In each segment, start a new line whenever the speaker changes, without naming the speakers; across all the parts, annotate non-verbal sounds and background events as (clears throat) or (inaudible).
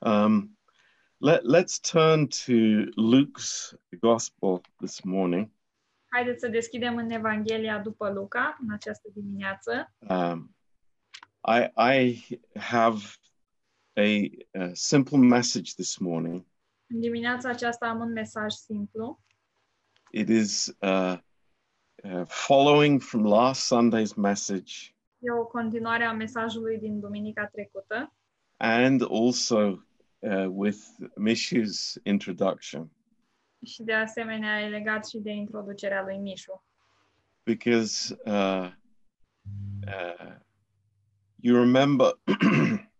Um, let, let's turn to Luke's Gospel this morning.
Haideți să deschidem în Evanghelia după Luca în această dimineață.
Um, I, I have a, a simple message this morning.
În dimineața aceasta am un mesaj simplu.
It is uh, uh, following from last Sunday's message
E o continuare a mesajului din duminica trecută
and also uh, with Mishu's introduction
și de asemenea e legat și de introducerea lui Mișu.
because uh, uh, you remember (clears throat)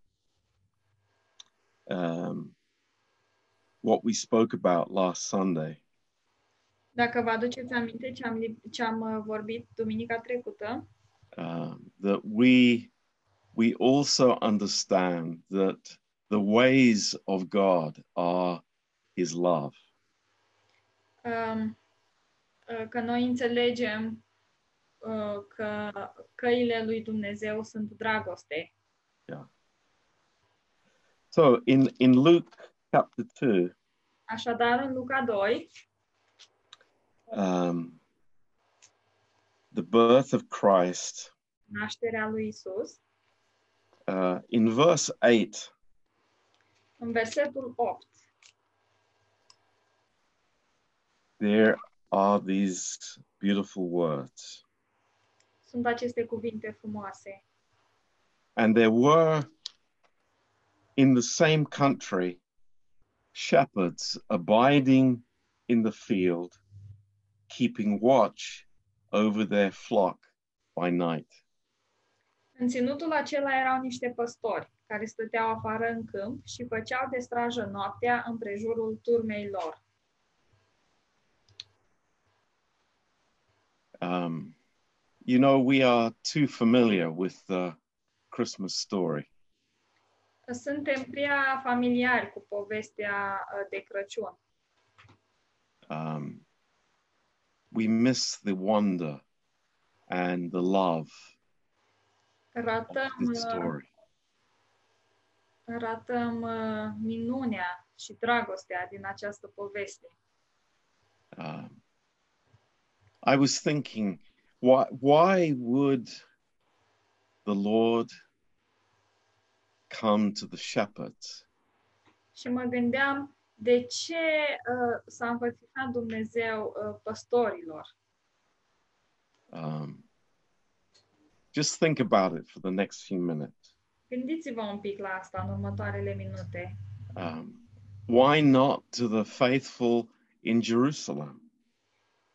um, what we spoke about last Sunday.
Dacă vă aduceți aminte ce am, lip- ce am uh, vorbit duminica trecută,
um, that we we also understand that the ways of God are His love,
um, uh, că noi înțelegem uh, că căile lui Dumnezeu sunt dragoste.
So in, in Luke chapter 2,
Așadar, în Luca 2,
um, the birth of Christ,
nașterea lui Isus,
uh, in verse 8,
în versetul 8,
there are these beautiful words.
sunt aceste cuvinte frumoase.
And there were in the same country shepherds abiding in the field, keeping watch over their flock by night.
În ținutul acela erau niște păstori care stăteau afară în câmp și făceau de strajă noaptea împrejurul turmei lor.
Um, you know, we are too familiar with the Christmas story.
Suntem prea familiari cu povestea uh, de Crăciun.
Um, we miss the wonder and the love of
Ratăm,
this
uh,
story.
ratăm uh, minunea și dragostea din această poveste.
um, I was thinking, why why would the Lord come to the shepherds
Și mă gândeam de ce uh, s-a înfățișat Dumnezeu uh, păstorilor.
Um, just think about it for the next few minutes.
Gândiți-vă un pic la asta în următoarele minute.
Um, why not to the faithful in Jerusalem?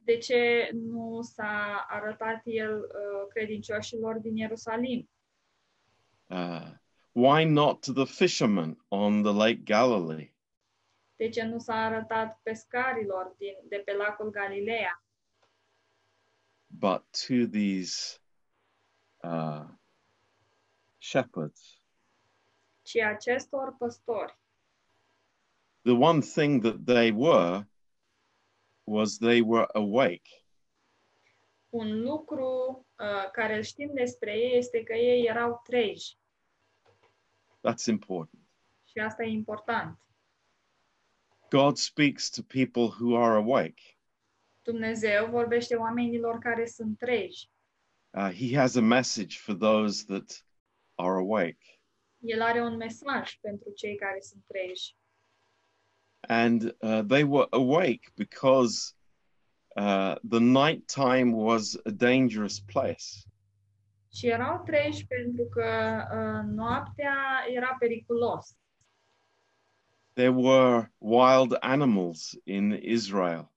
de ce nu s-a arătat el uh, credincioșilor din Ierusalim?
Uh, why not to the fishermen on the Lake Galilee?
De ce nu s-a arătat pescarilor din, de pe lacul Galileea?
But to these uh, shepherds
Ci acestor păstori.
the one thing that they were was they were awake.
Un lucru uh, care îl știm despre ei este că ei erau treji
That's important.
și asta e important.
God speaks to people who are awake.
Dumnezeu vorbește oamenilor care sunt treji.
Uh, he has a message for those that are awake.
El are un mesaj pentru cei care sunt treji.
And uh, they were awake because uh, the nighttime was a dangerous place.
Și erau treji pentru că uh, noaptea era periculos.
There were wild animals in Israel.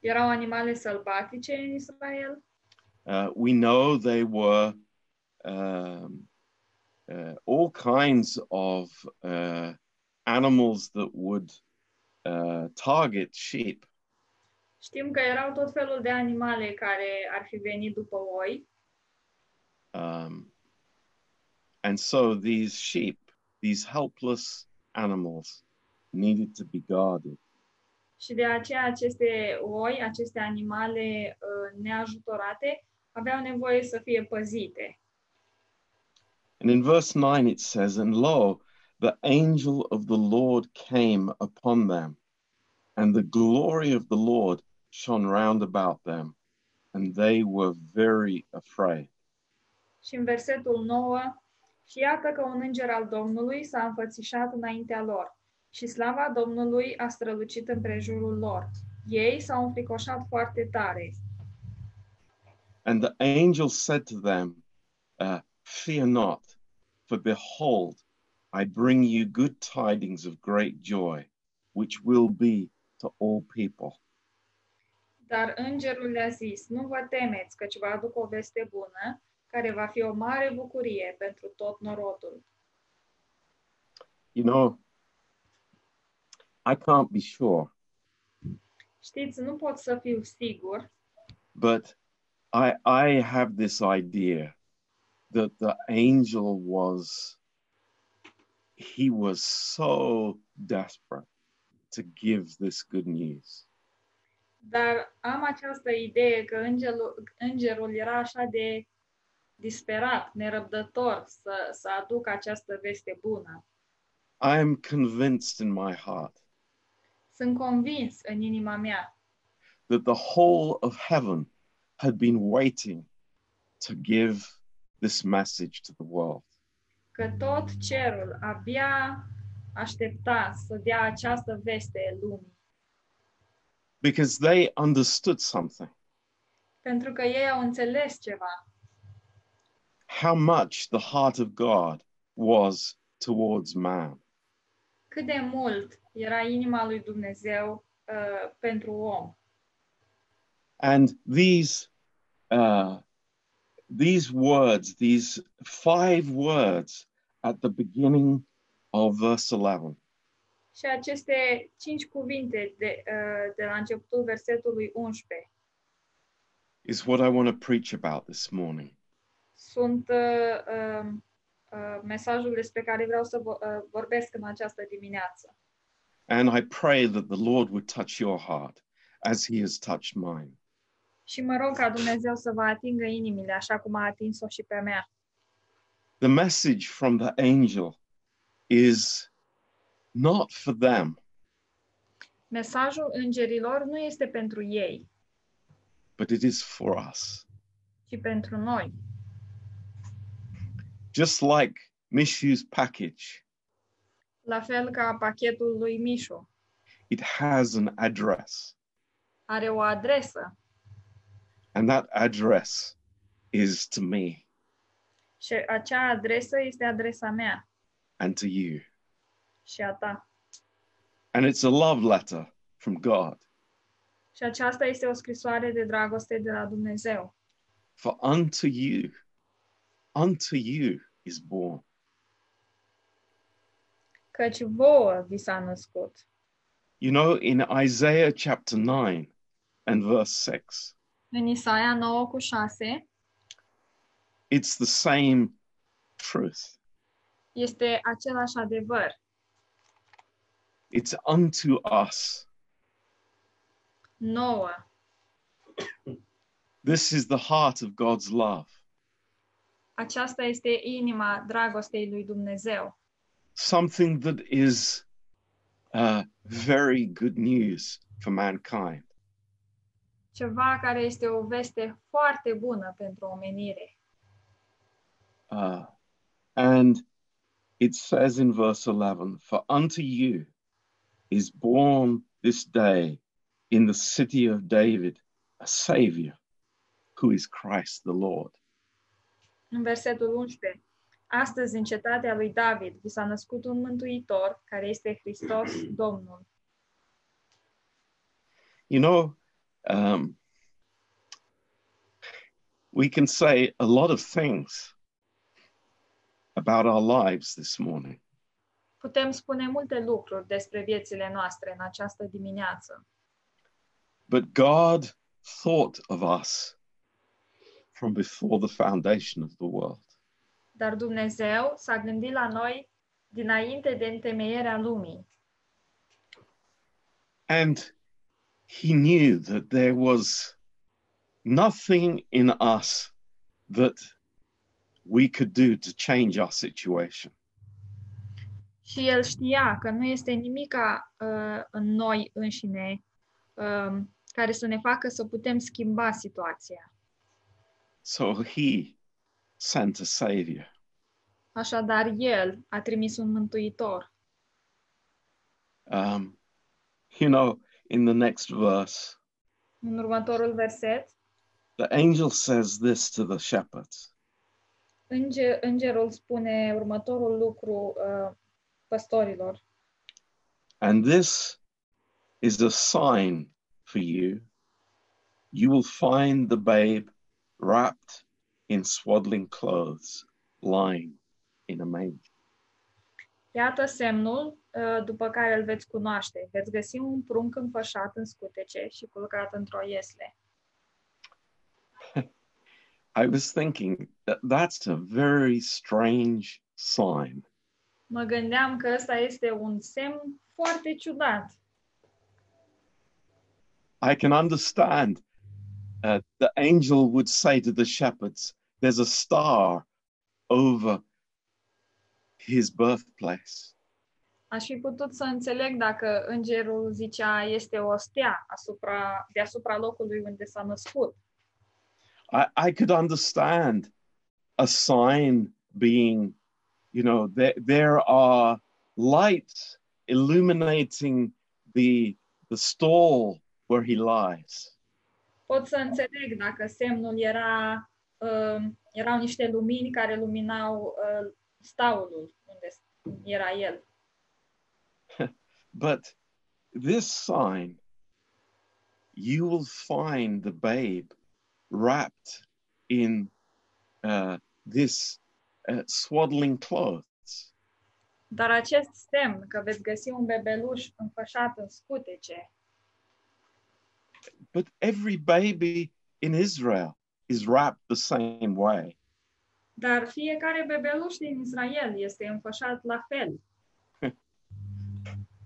erau animale sălbatice în Israel.
Uh, we know they were um, uh, all kinds of uh, animals that would uh, target sheep.
Știm că erau tot felul de animale care ar fi venit după oi
Um, and so these sheep, these helpless animals, needed to be guarded.
și de aceea aceste oi, aceste animale uh, neajutorate, aveau nevoie să fie păzite.
And in verse 9 it says, And lo, the angel of the Lord came upon them, and the glory of the Lord shone round about them, and they were very afraid.
Și în versetul 9, și iată că un înger al Domnului s-a înfățișat înaintea lor și slava Domnului a strălucit împrejurul lor. Ei s-au înfricoșat foarte tare.
And the angel said to them, uh, Fear not, for behold, I bring you good tidings of great joy, which will be to all people.
Dar îngerul le-a zis, nu vă temeți, căci vă aduc o veste bună, care va fi o mare bucurie pentru tot norodul.
You know, I can't be sure,
Știți, nu pot să fiu sigur,
but I, I have this idea that the angel was, he was so desperate to give this good news.
dar am această idee că îngelul, îngerul era așa de disperat, nerăbdător să, să aducă această veste bună.
I am convinced in my heart
Sunt convins în inima mea
that the whole of heaven had been waiting to give this message to the world.
că tot cerul abia aștepta să dea această veste lumii,
because they understood something
pentru că ei au înțeles ceva.
how much the heart of God was towards man.
cât de mult era inima lui Dumnezeu uh, pentru om.
And these uh, these words, these five words at the beginning of verse 11,
Și aceste cinci cuvinte de, uh, de la începutul versetului 11
is what I want to preach about this morning.
sunt uh, uh, uh, mesajul despre care vreau să vo- uh, vorbesc în această dimineață.
And I pray that the Lord would touch your heart as he has touched mine.
Și mă rog ca Dumnezeu să vă atingă inimile, așa cum a atins-o și pe mea.
The message from the angel is not for them,
Mesajul îngerilor nu este pentru ei,
but it is for us.
ci pentru noi.
just like Mishu's package,
La fel ca pachetul lui Mișu
it has an address,
are o adresă
and that address is to me
și acea adresă este adresa mea.
and to you.
și a ta.
And it's a love letter from God
Și aceasta este o scrisoare de dragoste de la Dumnezeu.
for unto you, unto you is born.
Căci vouă vi s-a născut.
You know, in Isaiah chapter 9 and verse 6,
În Isaia 9 cu 6
it's the same truth.
este același adevăr.
It's unto us.
Nouă.
This is the heart of God's love.
Aceasta este inima dragostei lui Dumnezeu.
something that is uh, very good news for mankind.
Ceva care este o veste foarte bună pentru omenire.
Uh, and it says in verse 11, For unto you is born this day in the city of David a Savior, who is Christ the Lord.
În versetul 11. Astăzi, în cetatea lui David, vi s-a născut un mântuitor, care este Hristos (clears throat) Domnul.
You know, um, we can say a lot of things about our lives this morning.
Putem spune multe lucruri despre viețile noastre în această dimineață.
But God thought of us from before the foundation of the world.
Dar Dumnezeu s-a gândit la noi dinainte de întemeierea lumii
And He knew that there was nothing in us that we could do to change our situation.
Și el știa că nu este nimica uh, în noi înșine uh, care să ne facă să putem schimba situația.
So he sent a savior.
Așadar, el a trimis un mântuitor.
Um, you know, in the next verse,
În următorul verset,
the angel says this to the shepherds
înge- îngerul spune următorul lucru uh, păstorilor.
And this is a sign for you. You will find the babe wrapped in swaddling clothes, lying in a manger.
Iată semnul uh, după care îl veți cunoaște. Veți găsi un prunc înfășat în scutece și culcat într-o iesle.
I was thinking that that's a very strange sign.
Mă gândeam că ăsta este un semn foarte ciudat.
I can understand uh, the angel would say to the shepherds, There's a star over his birthplace.
Aș fi putut să înțeleg dacă îngerul zicea este o stea asupra, deasupra locului unde s-a născut.
I, I could understand a sign being, you know, there, there are lights illuminating the, the stall where he lies.
Pot să înțeleg dacă semnul era, uh, erau niște lumini care luminau uh, staulul unde era el.
But this sign, you will find the babe wrapped in uh, this uh, swaddling clothes.
Dar acest semn că veți găsi un bebeluș înfășat în scutece,
But every baby in Israel is wrapped the same way.
dar fiecare bebeluș din Israel este înfășat la fel.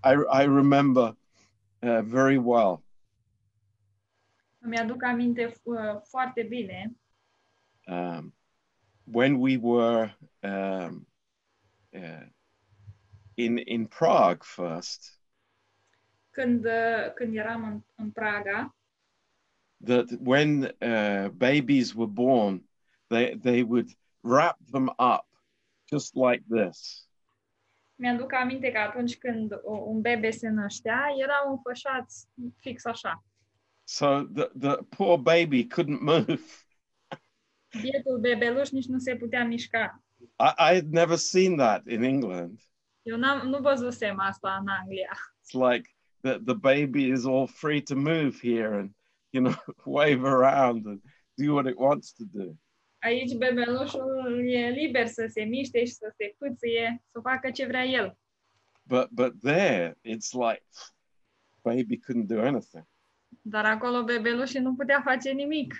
I, I remember uh, very well
Îmi aduc aminte uh, foarte bine
um, when we were um, uh, in in Prague first
când, uh, când eram în, în Praga,
that when uh, babies were born, they they would wrap them up just like this.
mi-aduc aminte că atunci când o- un bebe se năștea, erau înfășați fix așa.
So the the poor baby couldn't (laughs) move.
Bietul bebeluș nici nu se putea mișca.
I, I had never seen that in England.
Eu n-am, nu văzusem asta în Anglia.
It's like the the baby is all free to move here and you know (laughs) wave around and do what it wants to do.
Aici bebelușul e liber să se miște și să se pâție, să facă ce vrea el.
But but there it's like baby couldn't do anything.
Dar acolo bebelușii nu putea face nimic.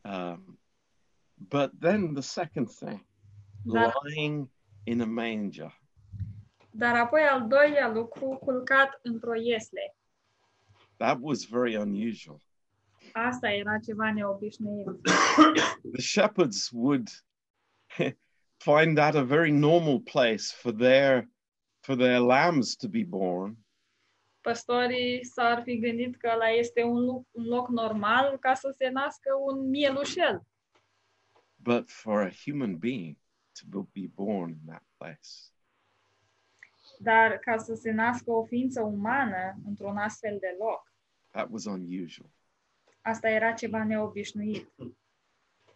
Um, but then the second thing,
Dar,
lying in a manger.
dar apoi al doilea lucru, culcat într-o iesle.
That was very unusual.
Asta era ceva neobișnuit.
The shepherds would (laughs) find that a very normal place for their for their lambs to be born,
Păstorii s-ar fi gândit că ăla este un loc, un loc normal ca să se nască un mielușel.
but for a human being to be- be born in that place.
Dar ca să se nască o ființă umană într-un astfel de loc,
That was unusual.
asta era ceva neobișnuit.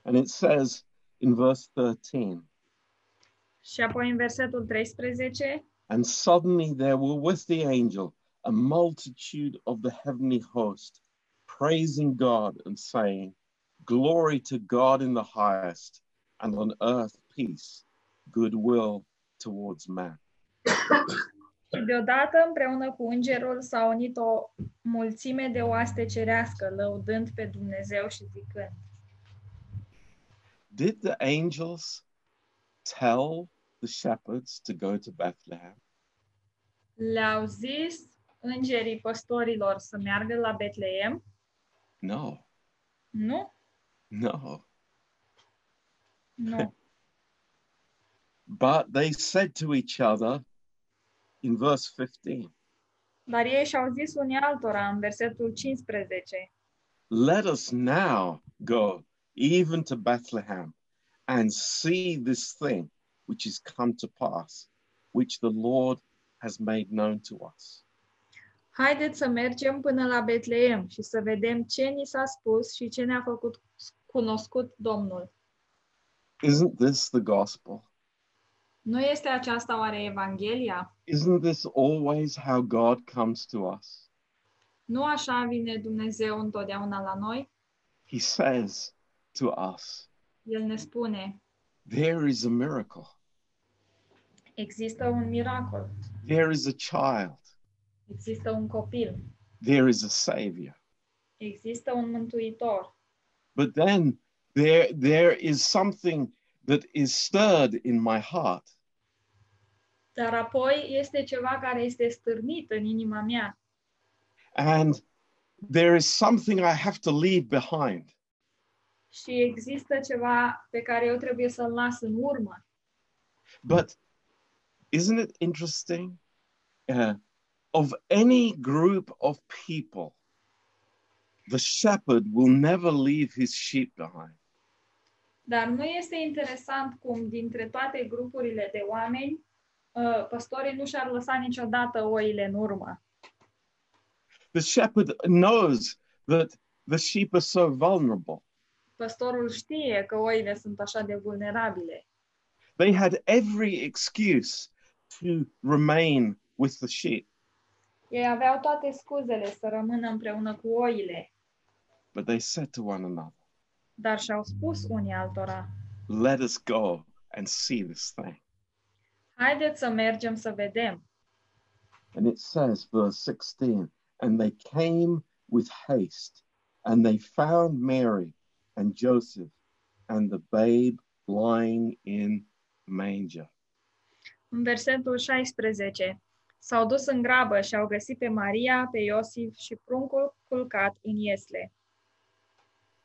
And it says in verse 13,
Și apoi în versetul 13,
And suddenly there were with the angel a multitude of the heavenly host, praising God and saying, Glory to God in the highest, and on earth peace, goodwill towards man.
Și deodată, împreună cu îngerul, s-a unit o mulțime de oaste cerească, lăudând pe Dumnezeu și zicând.
Did the angels tell the shepherds to go to Bethlehem?
Le-au zis îngerii păstorilor să meargă la Betleem?
No,
Nu,
no.
nu.
But they said to each other, in verse 15.
Dar ei și-au zis unii altora în versetul 15,
Let us now go even to Bethlehem and see this thing which is come to pass, which the Lord has made known to us.
Haideți să mergem până la Betleem și să vedem ce ni s-a spus și ce ne-a făcut cunoscut Domnul.
Isn't this the gospel?
Nu este aceasta oare Evanghelia?
Isn't this always how God comes to us?
Nu așa vine Dumnezeu întotdeauna la noi?
He says to us,
El ne spune,
There is a miracle,
există un miracol,
there is a child,
există un copil,
there is a savior.
există un mântuitor,
But then there, there is something that is stirred in my heart.
dar apoi este ceva care este stârnit în inima mea
And there is something I have to leave behind.
și există ceva pe care eu trebuie să-l las în urmă.
But isn't it interesting? Uh, of any group of people, the shepherd will never leave his sheep behind.
Dar nu este interesant cum dintre toate grupurile de oameni, uh, păstorii nu și-ar lăsa niciodată oile în urmă.
The shepherd knows that the sheep are so vulnerable.
Păstorul știe că oile sunt așa de vulnerabile.
They had every excuse to remain with the sheep,
Ei aveau toate scuzele să rămână împreună cu oile,
but they said to one another,
dar și-au spus unii altora,
Let us go and see this thing.
haideți să mergem să vedem.
And it says, verse 16, and they came with haste, and they found Mary and Joseph and the babe lying in a manger.
În versetul 16, s-au dus în grabă și au găsit pe Maria, pe Iosif și pruncul culcat în iesle.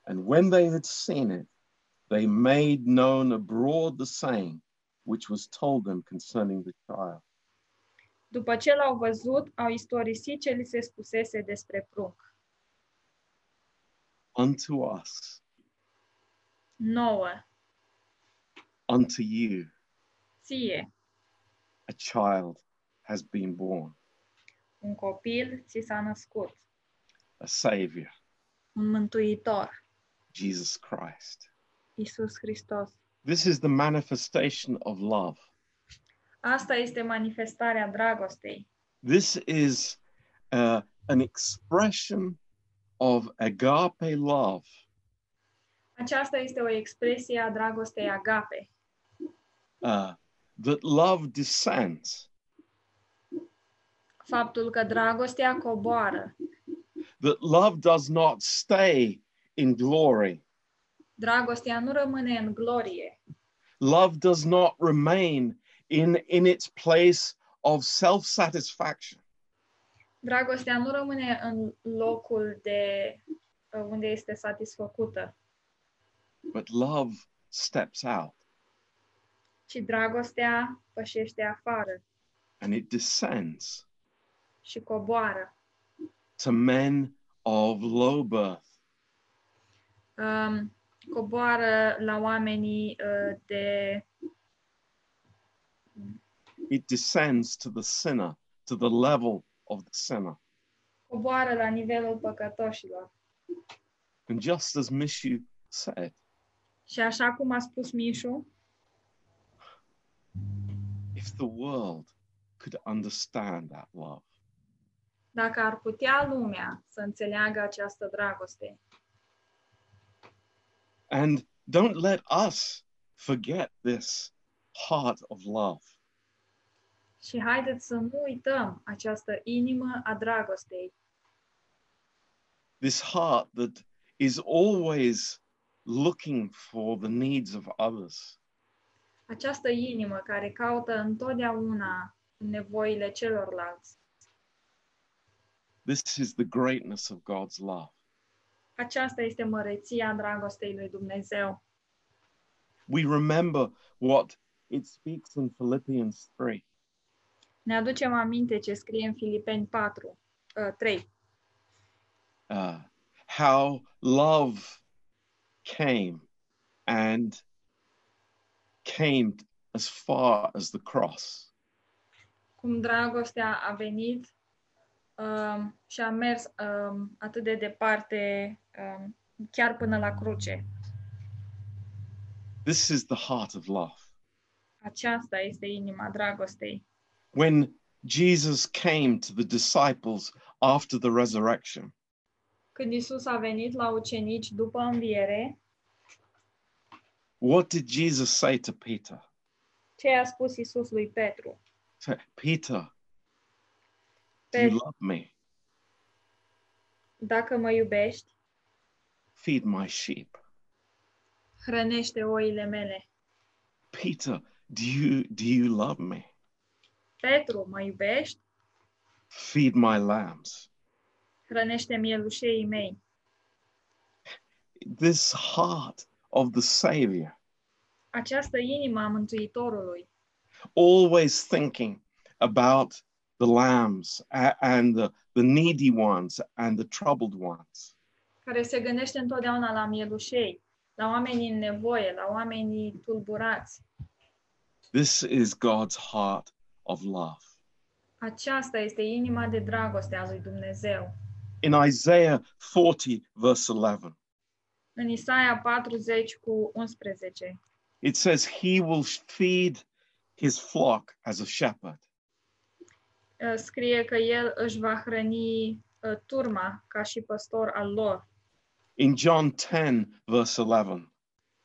And when they had seen it, they made known abroad the saying which was told them concerning the child.
După ce l-au văzut, au istorisit ce li se spusese despre prunc.
Unto us,
Nouă,
unto you,
ție,
a child has been born,
un copil ți s-a născut,
a savior,
un mântuitor,
Jesus Christ.
Isus Hristos.
This is the manifestation of love.
Asta este manifestarea dragostei.
This is uh, an expression of agape love
Aceasta este o expresie a dragostei agape,
uh, that love descends,
faptul că dragostea coboară,
that love does not stay in glory,
dragostea nu rămâne în glorie,
love does not remain in, in its place of self satisfaction,
dragostea nu rămâne în locul de uh, unde este satisfăcută,
but love steps out
ci dragostea pășește afară
and it descends
și coboară.
to men of low birth.
Um, coboară la oamenii uh, de
It descends to the sinner, to the level of the sinner.
coboară la nivelul păcătoșilor.
And just as Mishu said,
Și așa cum a spus Mișu,
if the world could understand that love,
dacă ar putea lumea să înțeleagă această dragoste.
and don't let us forget this heart of love.
Și haideți să nu uităm această inimă a dragostei,
This heart that is always looking for the needs of others,
această inimă care caută întotdeauna nevoile celorlalți.
this is the greatness of God's love.
Aceasta este măreția dragostei lui Dumnezeu.
We remember what it speaks in Philippians 3
Ne aducem aminte ce scrie în Filipeni 4, uh, 3.
uh, how love came and came as far as the cross.
Cum dragostea a venit um, și a mers um, atât de departe, um, chiar până la cruce.
This is the heart of love.
Aceasta este inima dragostei.
When Jesus came to the disciples after the resurrection,
Când Isus a venit la ucenici după înviere,
what did Jesus say to Peter?
ce i-a spus Isus lui Petru?
He said, Peter, do
Pe,
you love me?
dacă mă iubești,
Feed my sheep.
hrănește oile mele.
Peter, do you do you love me?
Petru, mă iubești?
Feed my lambs.
Hrănește mielușeii mei.
This heart of the Savior
Această inimă a Mântuitorului,
always thinking about the lambs a- and the, the needy ones and the troubled ones.
care se gândește întotdeauna la mielușei, la oamenii în nevoie, la oamenii tulburați.
This is God's heart of love.
Aceasta este inima de dragoste a lui Dumnezeu.
In Isaiah 40, verse 11,
În Isaia 40 cu 11
it says, He will feed his flock as a shepherd.
uh, scrie că el își va hrăni uh, turma ca și păstor al lor.
In John 10, verse 11,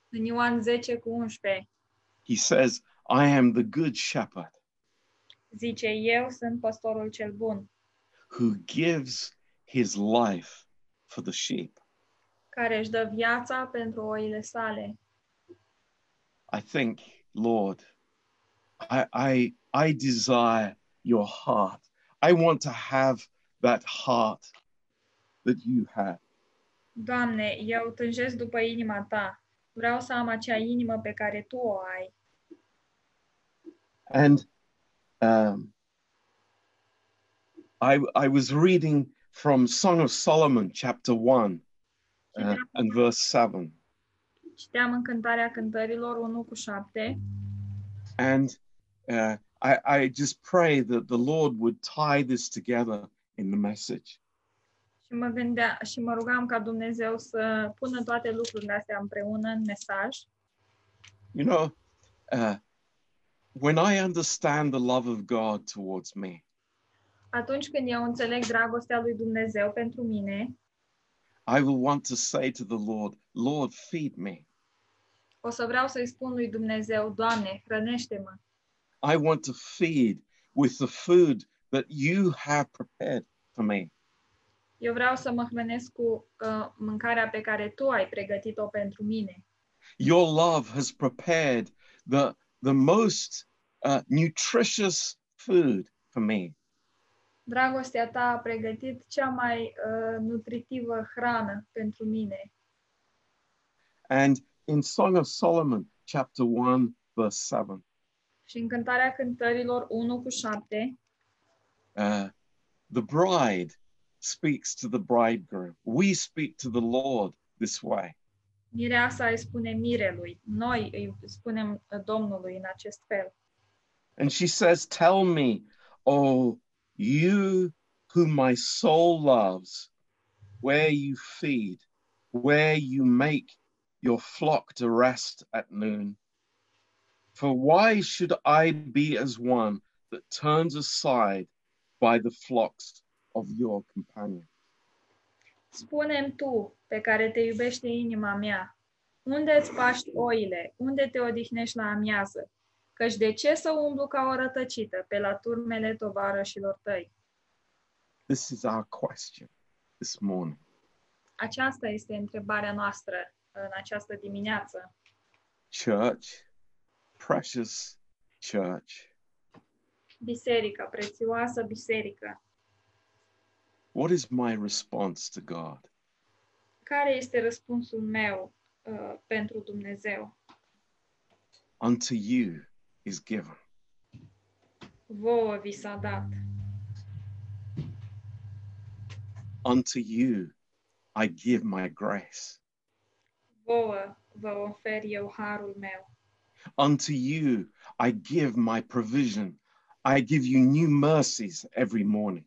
În Ioan 10 cu 11
he says, I am the good shepherd
zice, eu sunt păstorul cel bun,
who gives his life for the sheep.
care își dă viața pentru oile sale.
I think, Lord, I, I, I desire your heart. I want to have that heart that you have.
Doamne, eu tânjesc după inima ta. Vreau să am acea inimă pe care tu o ai.
And um, I, I was reading from Song of Solomon, chapter 1 uh, and verse 7.
Citeam în cântarea cântărilor 1 cu 7
And uh, I, I just pray that the Lord would tie this together in the message.
și mă, gândea, și mă rugam ca Dumnezeu să pună toate lucrurile astea împreună în mesaj.
You know, uh, when I understand the love of God towards me,
Atunci când eu înțeleg dragostea lui Dumnezeu pentru mine,
I will want to say to the Lord, Lord, feed me.
o să vreau să-i spun lui Dumnezeu, Doamne, hrănește-mă.
I want to feed with the food that you have prepared for me.
Eu vreau să mă hrănesc cu uh, mâncarea pe care tu ai pregătit-o pentru mine.
Your love has prepared the, the most uh, nutritious food for me.
Dragostea ta a pregătit cea mai uh, nutritivă hrană pentru mine.
And in Song of Solomon, chapter 1, verse 7,
Și în cântarea cântărilor 1 cu 7,
uh, the bride speaks to the bridegroom. We speak to the Lord this way.
mireasa îi spune mirelui, noi îi spunem uh, Domnului în acest fel.
And she says, Tell me, oh, you whom my soul loves, where you feed, where you make your flock to rest at noon. For why should I be as one that turns aside by the flocks of your companion?
Spune-mi tu, pe care te iubește inima mea, unde îți paști oile, unde te odihnești la amiază, căci de ce să umblu ca o rătăcită pe la turmele tovarășilor tăi?
This is our question this morning.
Aceasta este întrebarea noastră în această dimineață.
Church, precious church,
Biserică, prețioasă biserică,
what is my response to God?
care este răspunsul meu uh, pentru Dumnezeu?
unto you is given.
vouă vi s-a dat.
Unto you I give my grace.
Vouă vă ofer eu harul meu.
Unto you I give my provision. I give you new mercies every morning.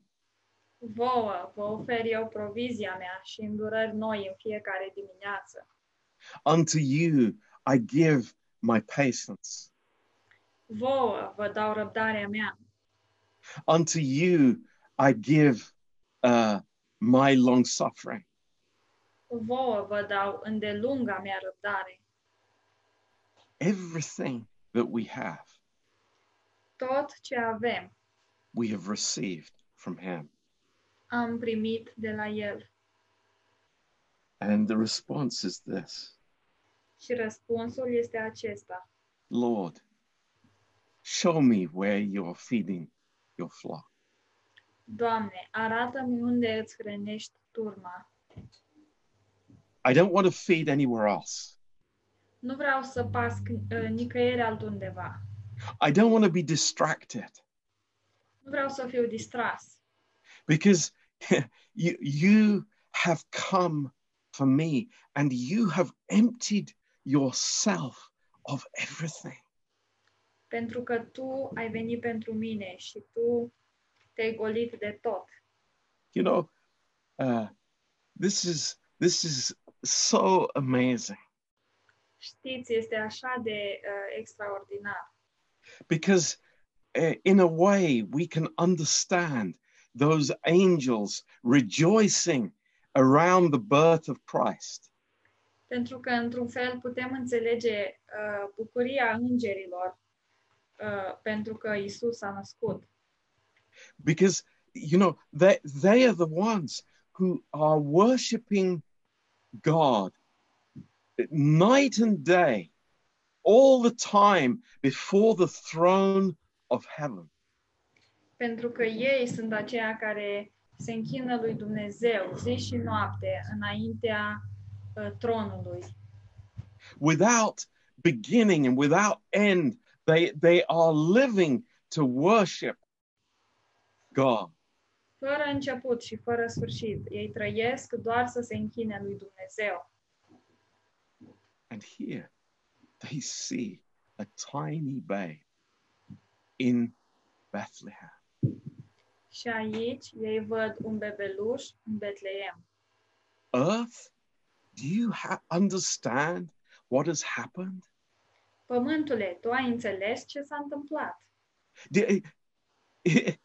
Vouă vă ofer eu provizia mea și îndurări noi în fiecare dimineață.
Unto you I give my patience.
Vouă vă dau răbdarea mea.
Unto you I give uh, my long suffering.
Vouă vă dau îndelunga mea răbdare.
Everything that we have,
Tot ce avem
we have received from Him.
am primit de la El.
And the response is this
Și răspunsul este acesta.
Lord, show me where you're feeding your flock.
Doamne, arată-mi unde îți hrănești turma.
I don't want to feed anywhere else.
Nu vreau să pasc uh, nicăieri altundeva.
I don't want to be distracted
Nu vreau să fiu distras.
because (laughs) you, you have come for me and you have emptied yourself of everything.
pentru că tu ai venit pentru mine și tu te-ai golit de tot.
you know uh, this is this is so amazing
Știți, este așa de uh, extraordinar,
because uh, in a way we can understand those angels rejoicing around the birth of christ
pentru că, într-un fel, putem înțelege uh, bucuria îngerilor uh, pentru că Isus a născut.
because you know they they are the ones who are worshiping god night and day all the time before the throne of heaven
Pentru că ei sunt aceia care se închină lui Dumnezeu zi și noapte înaintea uh, tronului.
without beginning and without end they they are living to worship god
Fără început și fără sfârșit, ei trăiesc doar să se închine lui Dumnezeu.
and here they see a tiny babe in bethlehem
Și aici ei văd un bebeluș în Betleem.
earth do you ha- understand what has happened
Pământule, tu ai înțeles ce s-a întâmplat?
D- eh,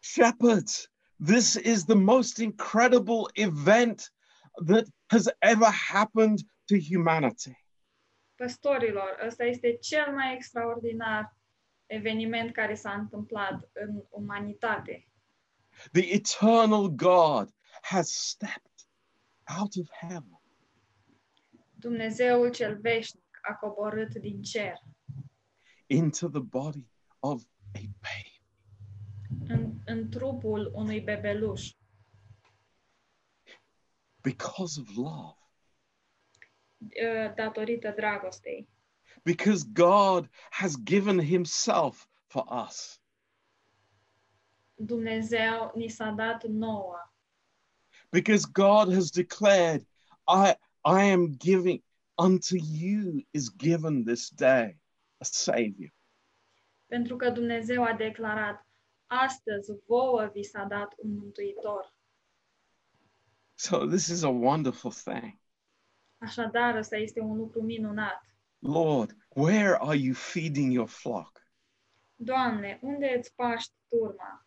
shepherds this is the most incredible event that has ever happened to humanity
Păstorilor, ăsta este cel mai extraordinar eveniment care s-a întâmplat în umanitate.
The eternal God has stepped out of heaven
Dumnezeul cel veșnic a coborât din cer
into the body of a babe.
în, în trupul unui bebeluș
Because of love,
eh, datorită dragostei.
because God has given Himself for us.
Dumnezeu ni s-a dat nouă
Because God has declared, I, I am giving, unto you is given this day a Savior.
pentru că Dumnezeu a declarat, astăzi vouă vi s-a dat un mântuitor.
So this is a wonderful thing.
Așadar, ăsta este un lucru minunat.
Lord, where are you feeding your flock?
Doamne, unde îți paști turma?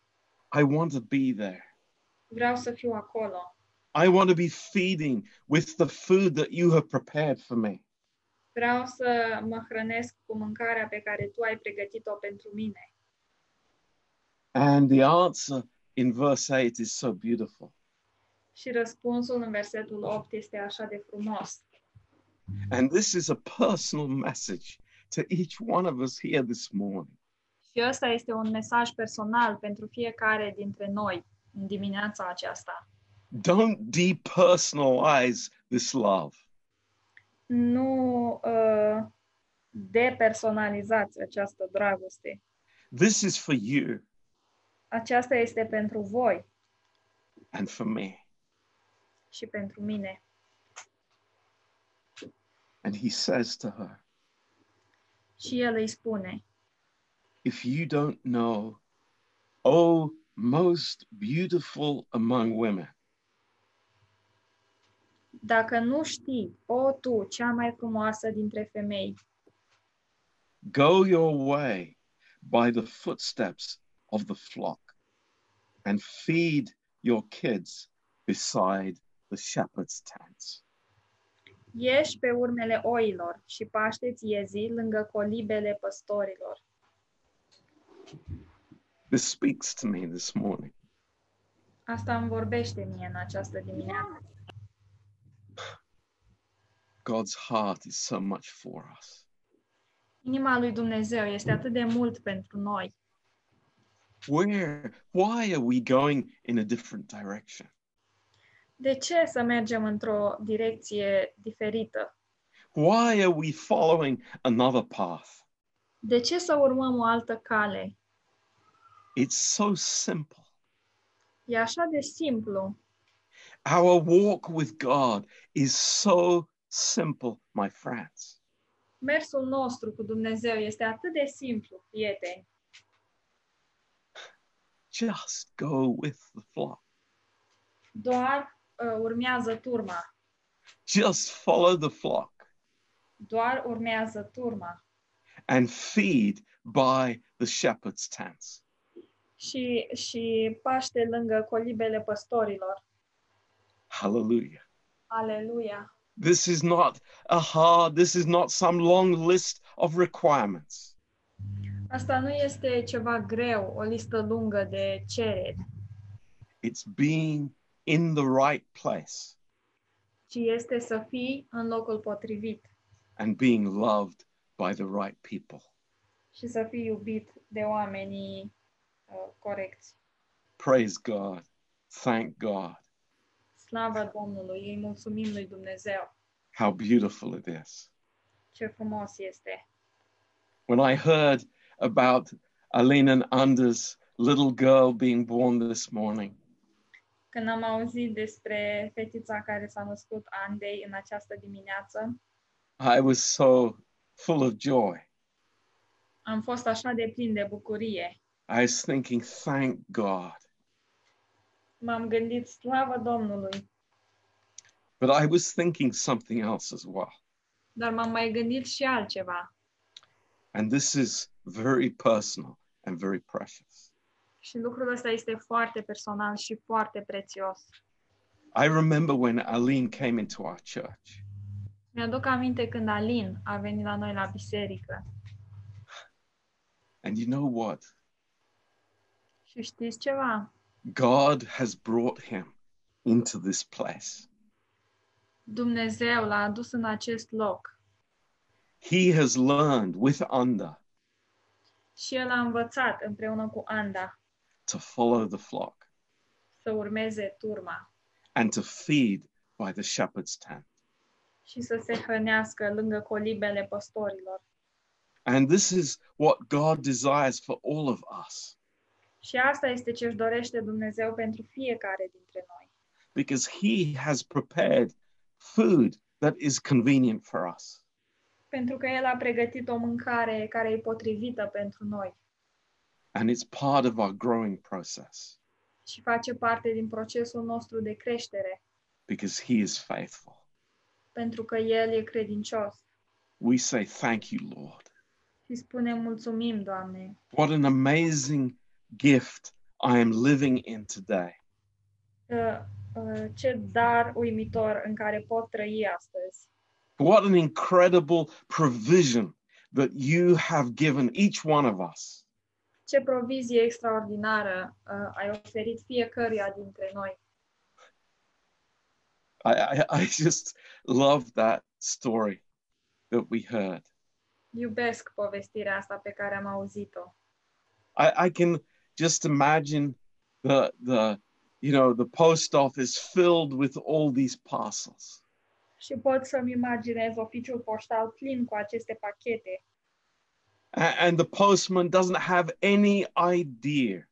I want to be there.
Vreau să fiu acolo.
I want to be feeding with the food that you have prepared for me.
Vreau să mă hrănesc cu mâncarea pe care tu ai pregătit-o pentru mine.
And the answer in verse 8 is so beautiful.
Și răspunsul în versetul 8 este așa de frumos.
And this is a personal message to each one of us here this morning.
Și ăsta este un mesaj personal pentru fiecare dintre noi în dimineața aceasta.
Don't depersonalize this love.
Nu uh, depersonalizați această dragoste.
This is for you
Aceasta este pentru voi
and for me.
și pentru mine.
And he says to her,
Și el îi spune,
If you don't know, oh, most beautiful among women,
dacă nu știi, o tu, cea mai frumoasă dintre femei,
go your way by the footsteps of the flock and feed your kids beside the shepherd's tents.
ieși pe urmele oilor și paște-ți iezii lângă colibele păstorilor.
This speaks to me this morning.
Asta îmi vorbește mie în această dimineață.
God's heart is so much for us.
Inima lui Dumnezeu este atât de mult pentru noi.
Where, why are we going in a different direction?
De ce să mergem într-o direcție diferită?
Why are we following another path?
De ce să urmăm o altă cale?
It's so simple.
E așa de simplu.
Our walk with God is so simple, my friends.
Mersul nostru cu Dumnezeu este atât de simplu, prieteni.
Just go with the flock.
Doar uh, urmează turma.
Just follow the flock
Doar urmează turma.
and feed by the shepherd's tents.
Și, și paște lângă colibele păstorilor.
Hallelujah.
Aleluia!
This is not a hard, this is not some long list of requirements.
Asta nu este ceva greu, o listă lungă de cereri,
It's being in the right place
ci este să fii în locul potrivit
and being loved by the right people.
și să fii iubit de oamenii uh, corecți.
Praise God. Thank God.
Slavă Domnului! Îi mulțumim lui Dumnezeu!
How beautiful it is.
Ce frumos este!
when I heard about Aline and Anders' little girl being born this morning,
Când am auzit despre fetița care s-a născut Andei în această dimineață,
I was so full of joy.
am fost așa de plin de bucurie.
I was thinking, thank God.
M-am gândit, slavă Domnului!
But I was thinking something else as well.
Dar m-am mai gândit și altceva.
And this is very personal and very precious.
Și lucrul ăsta este foarte personal și foarte prețios.
I remember when Aline came into our church,
Mi-aduc aminte când Alin a venit la noi la biserică.
and you know what?
Și știți ceva?
God has brought him into this place.
Dumnezeu l-a adus în acest loc
He has learned with Anda
și el a învățat împreună cu Anda
to follow the flock.
să urmeze turma
and to feed by the shepherd's tent.
și să se hrănească lângă colibele păstorilor.
And this is what God desires for all of us
Și asta este ce își dorește Dumnezeu pentru fiecare dintre noi,
because He has prepared food that is convenient for us.
pentru că El a pregătit o mâncare care e potrivită pentru noi
And it's part of our growing process
și face parte din procesul nostru de creștere,
because He is faithful.
pentru că El e credincios.
We say, Thank you, Lord.
Și spune mulțumim, Doamne,
What an amazing gift I am living in today.
Uh, uh, ce dar uimitor în care pot trăi astăzi.
What an incredible provision that you have given each one of us.
Ce provizie extraordinară uh, ai oferit fiecăruia dintre noi.
I, I, I just love that story that we heard.
Iubesc povestirea asta pe care am auzit-o.
I, I can just imagine the the you know the post office filled with all these parcels.
Și pot să-mi imaginez oficiul poștal plin cu aceste pachete
A- And the postman doesn't have any idea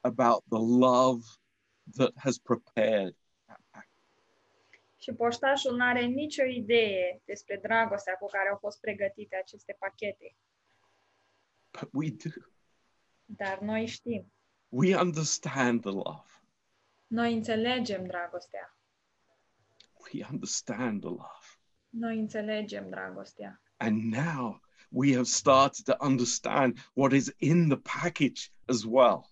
about the love that has prepared that package.
Și poștașul nu are nicio idee despre dragostea cu care au fost pregătite aceste pachete.
But we do.
Dar noi știm.
We understand the love.
Noi înțelegem dragostea.
We understand the love.
Noi înțelegem dragostea.
And now we have started to understand what is in the package as well.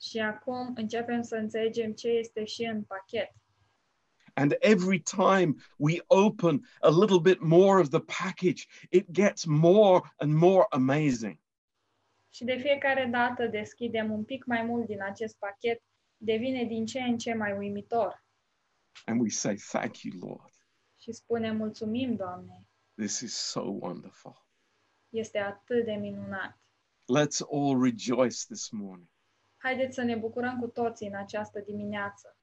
Și acum începem să înțelegem ce este și în pachet.
And every time we open a little bit more of the package, it gets more and more amazing.
Și de fiecare dată deschidem un pic mai mult din acest pachet, devine din ce în ce mai uimitor.
And we say, Thank you, Lord.
Și spune mulțumim, Doamne,
This is so wonderful.
este atât de minunat.
Let's all rejoice this morning.
Haideți să ne bucurăm cu toții în această dimineață.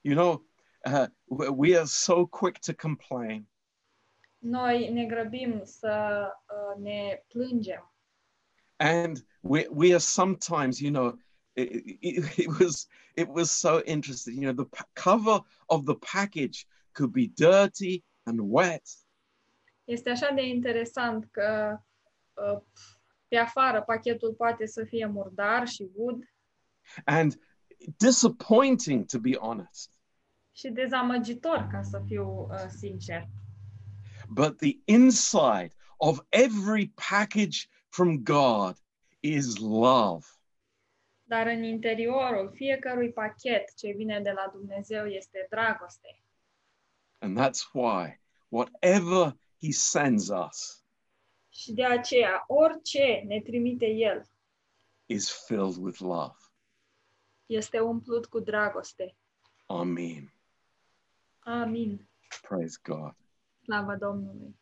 You know, uh, w- we are so quick to complain,
Noi ne grăbim să uh, ne plângem
and we, we are sometimes, you know, it, it, (laughs) it was it was so interesting. You know, the p- cover of the package could be dirty and wet,
Este așa de interesant că uh, pe afară pachetul poate să fie murdar și ud
and disappointing to be honest
și dezamăgitor, ca să fiu uh, sincer.
but the inside of every package from god is love
Dar în interiorul fiecărui pachet ce vine de la Dumnezeu este dragoste.
and that's why whatever he sends us
Și de aceea, orice ne trimite El
is filled with love
este umplut cu dragoste.
amen
Amin.
praise god
Slavă Domnului!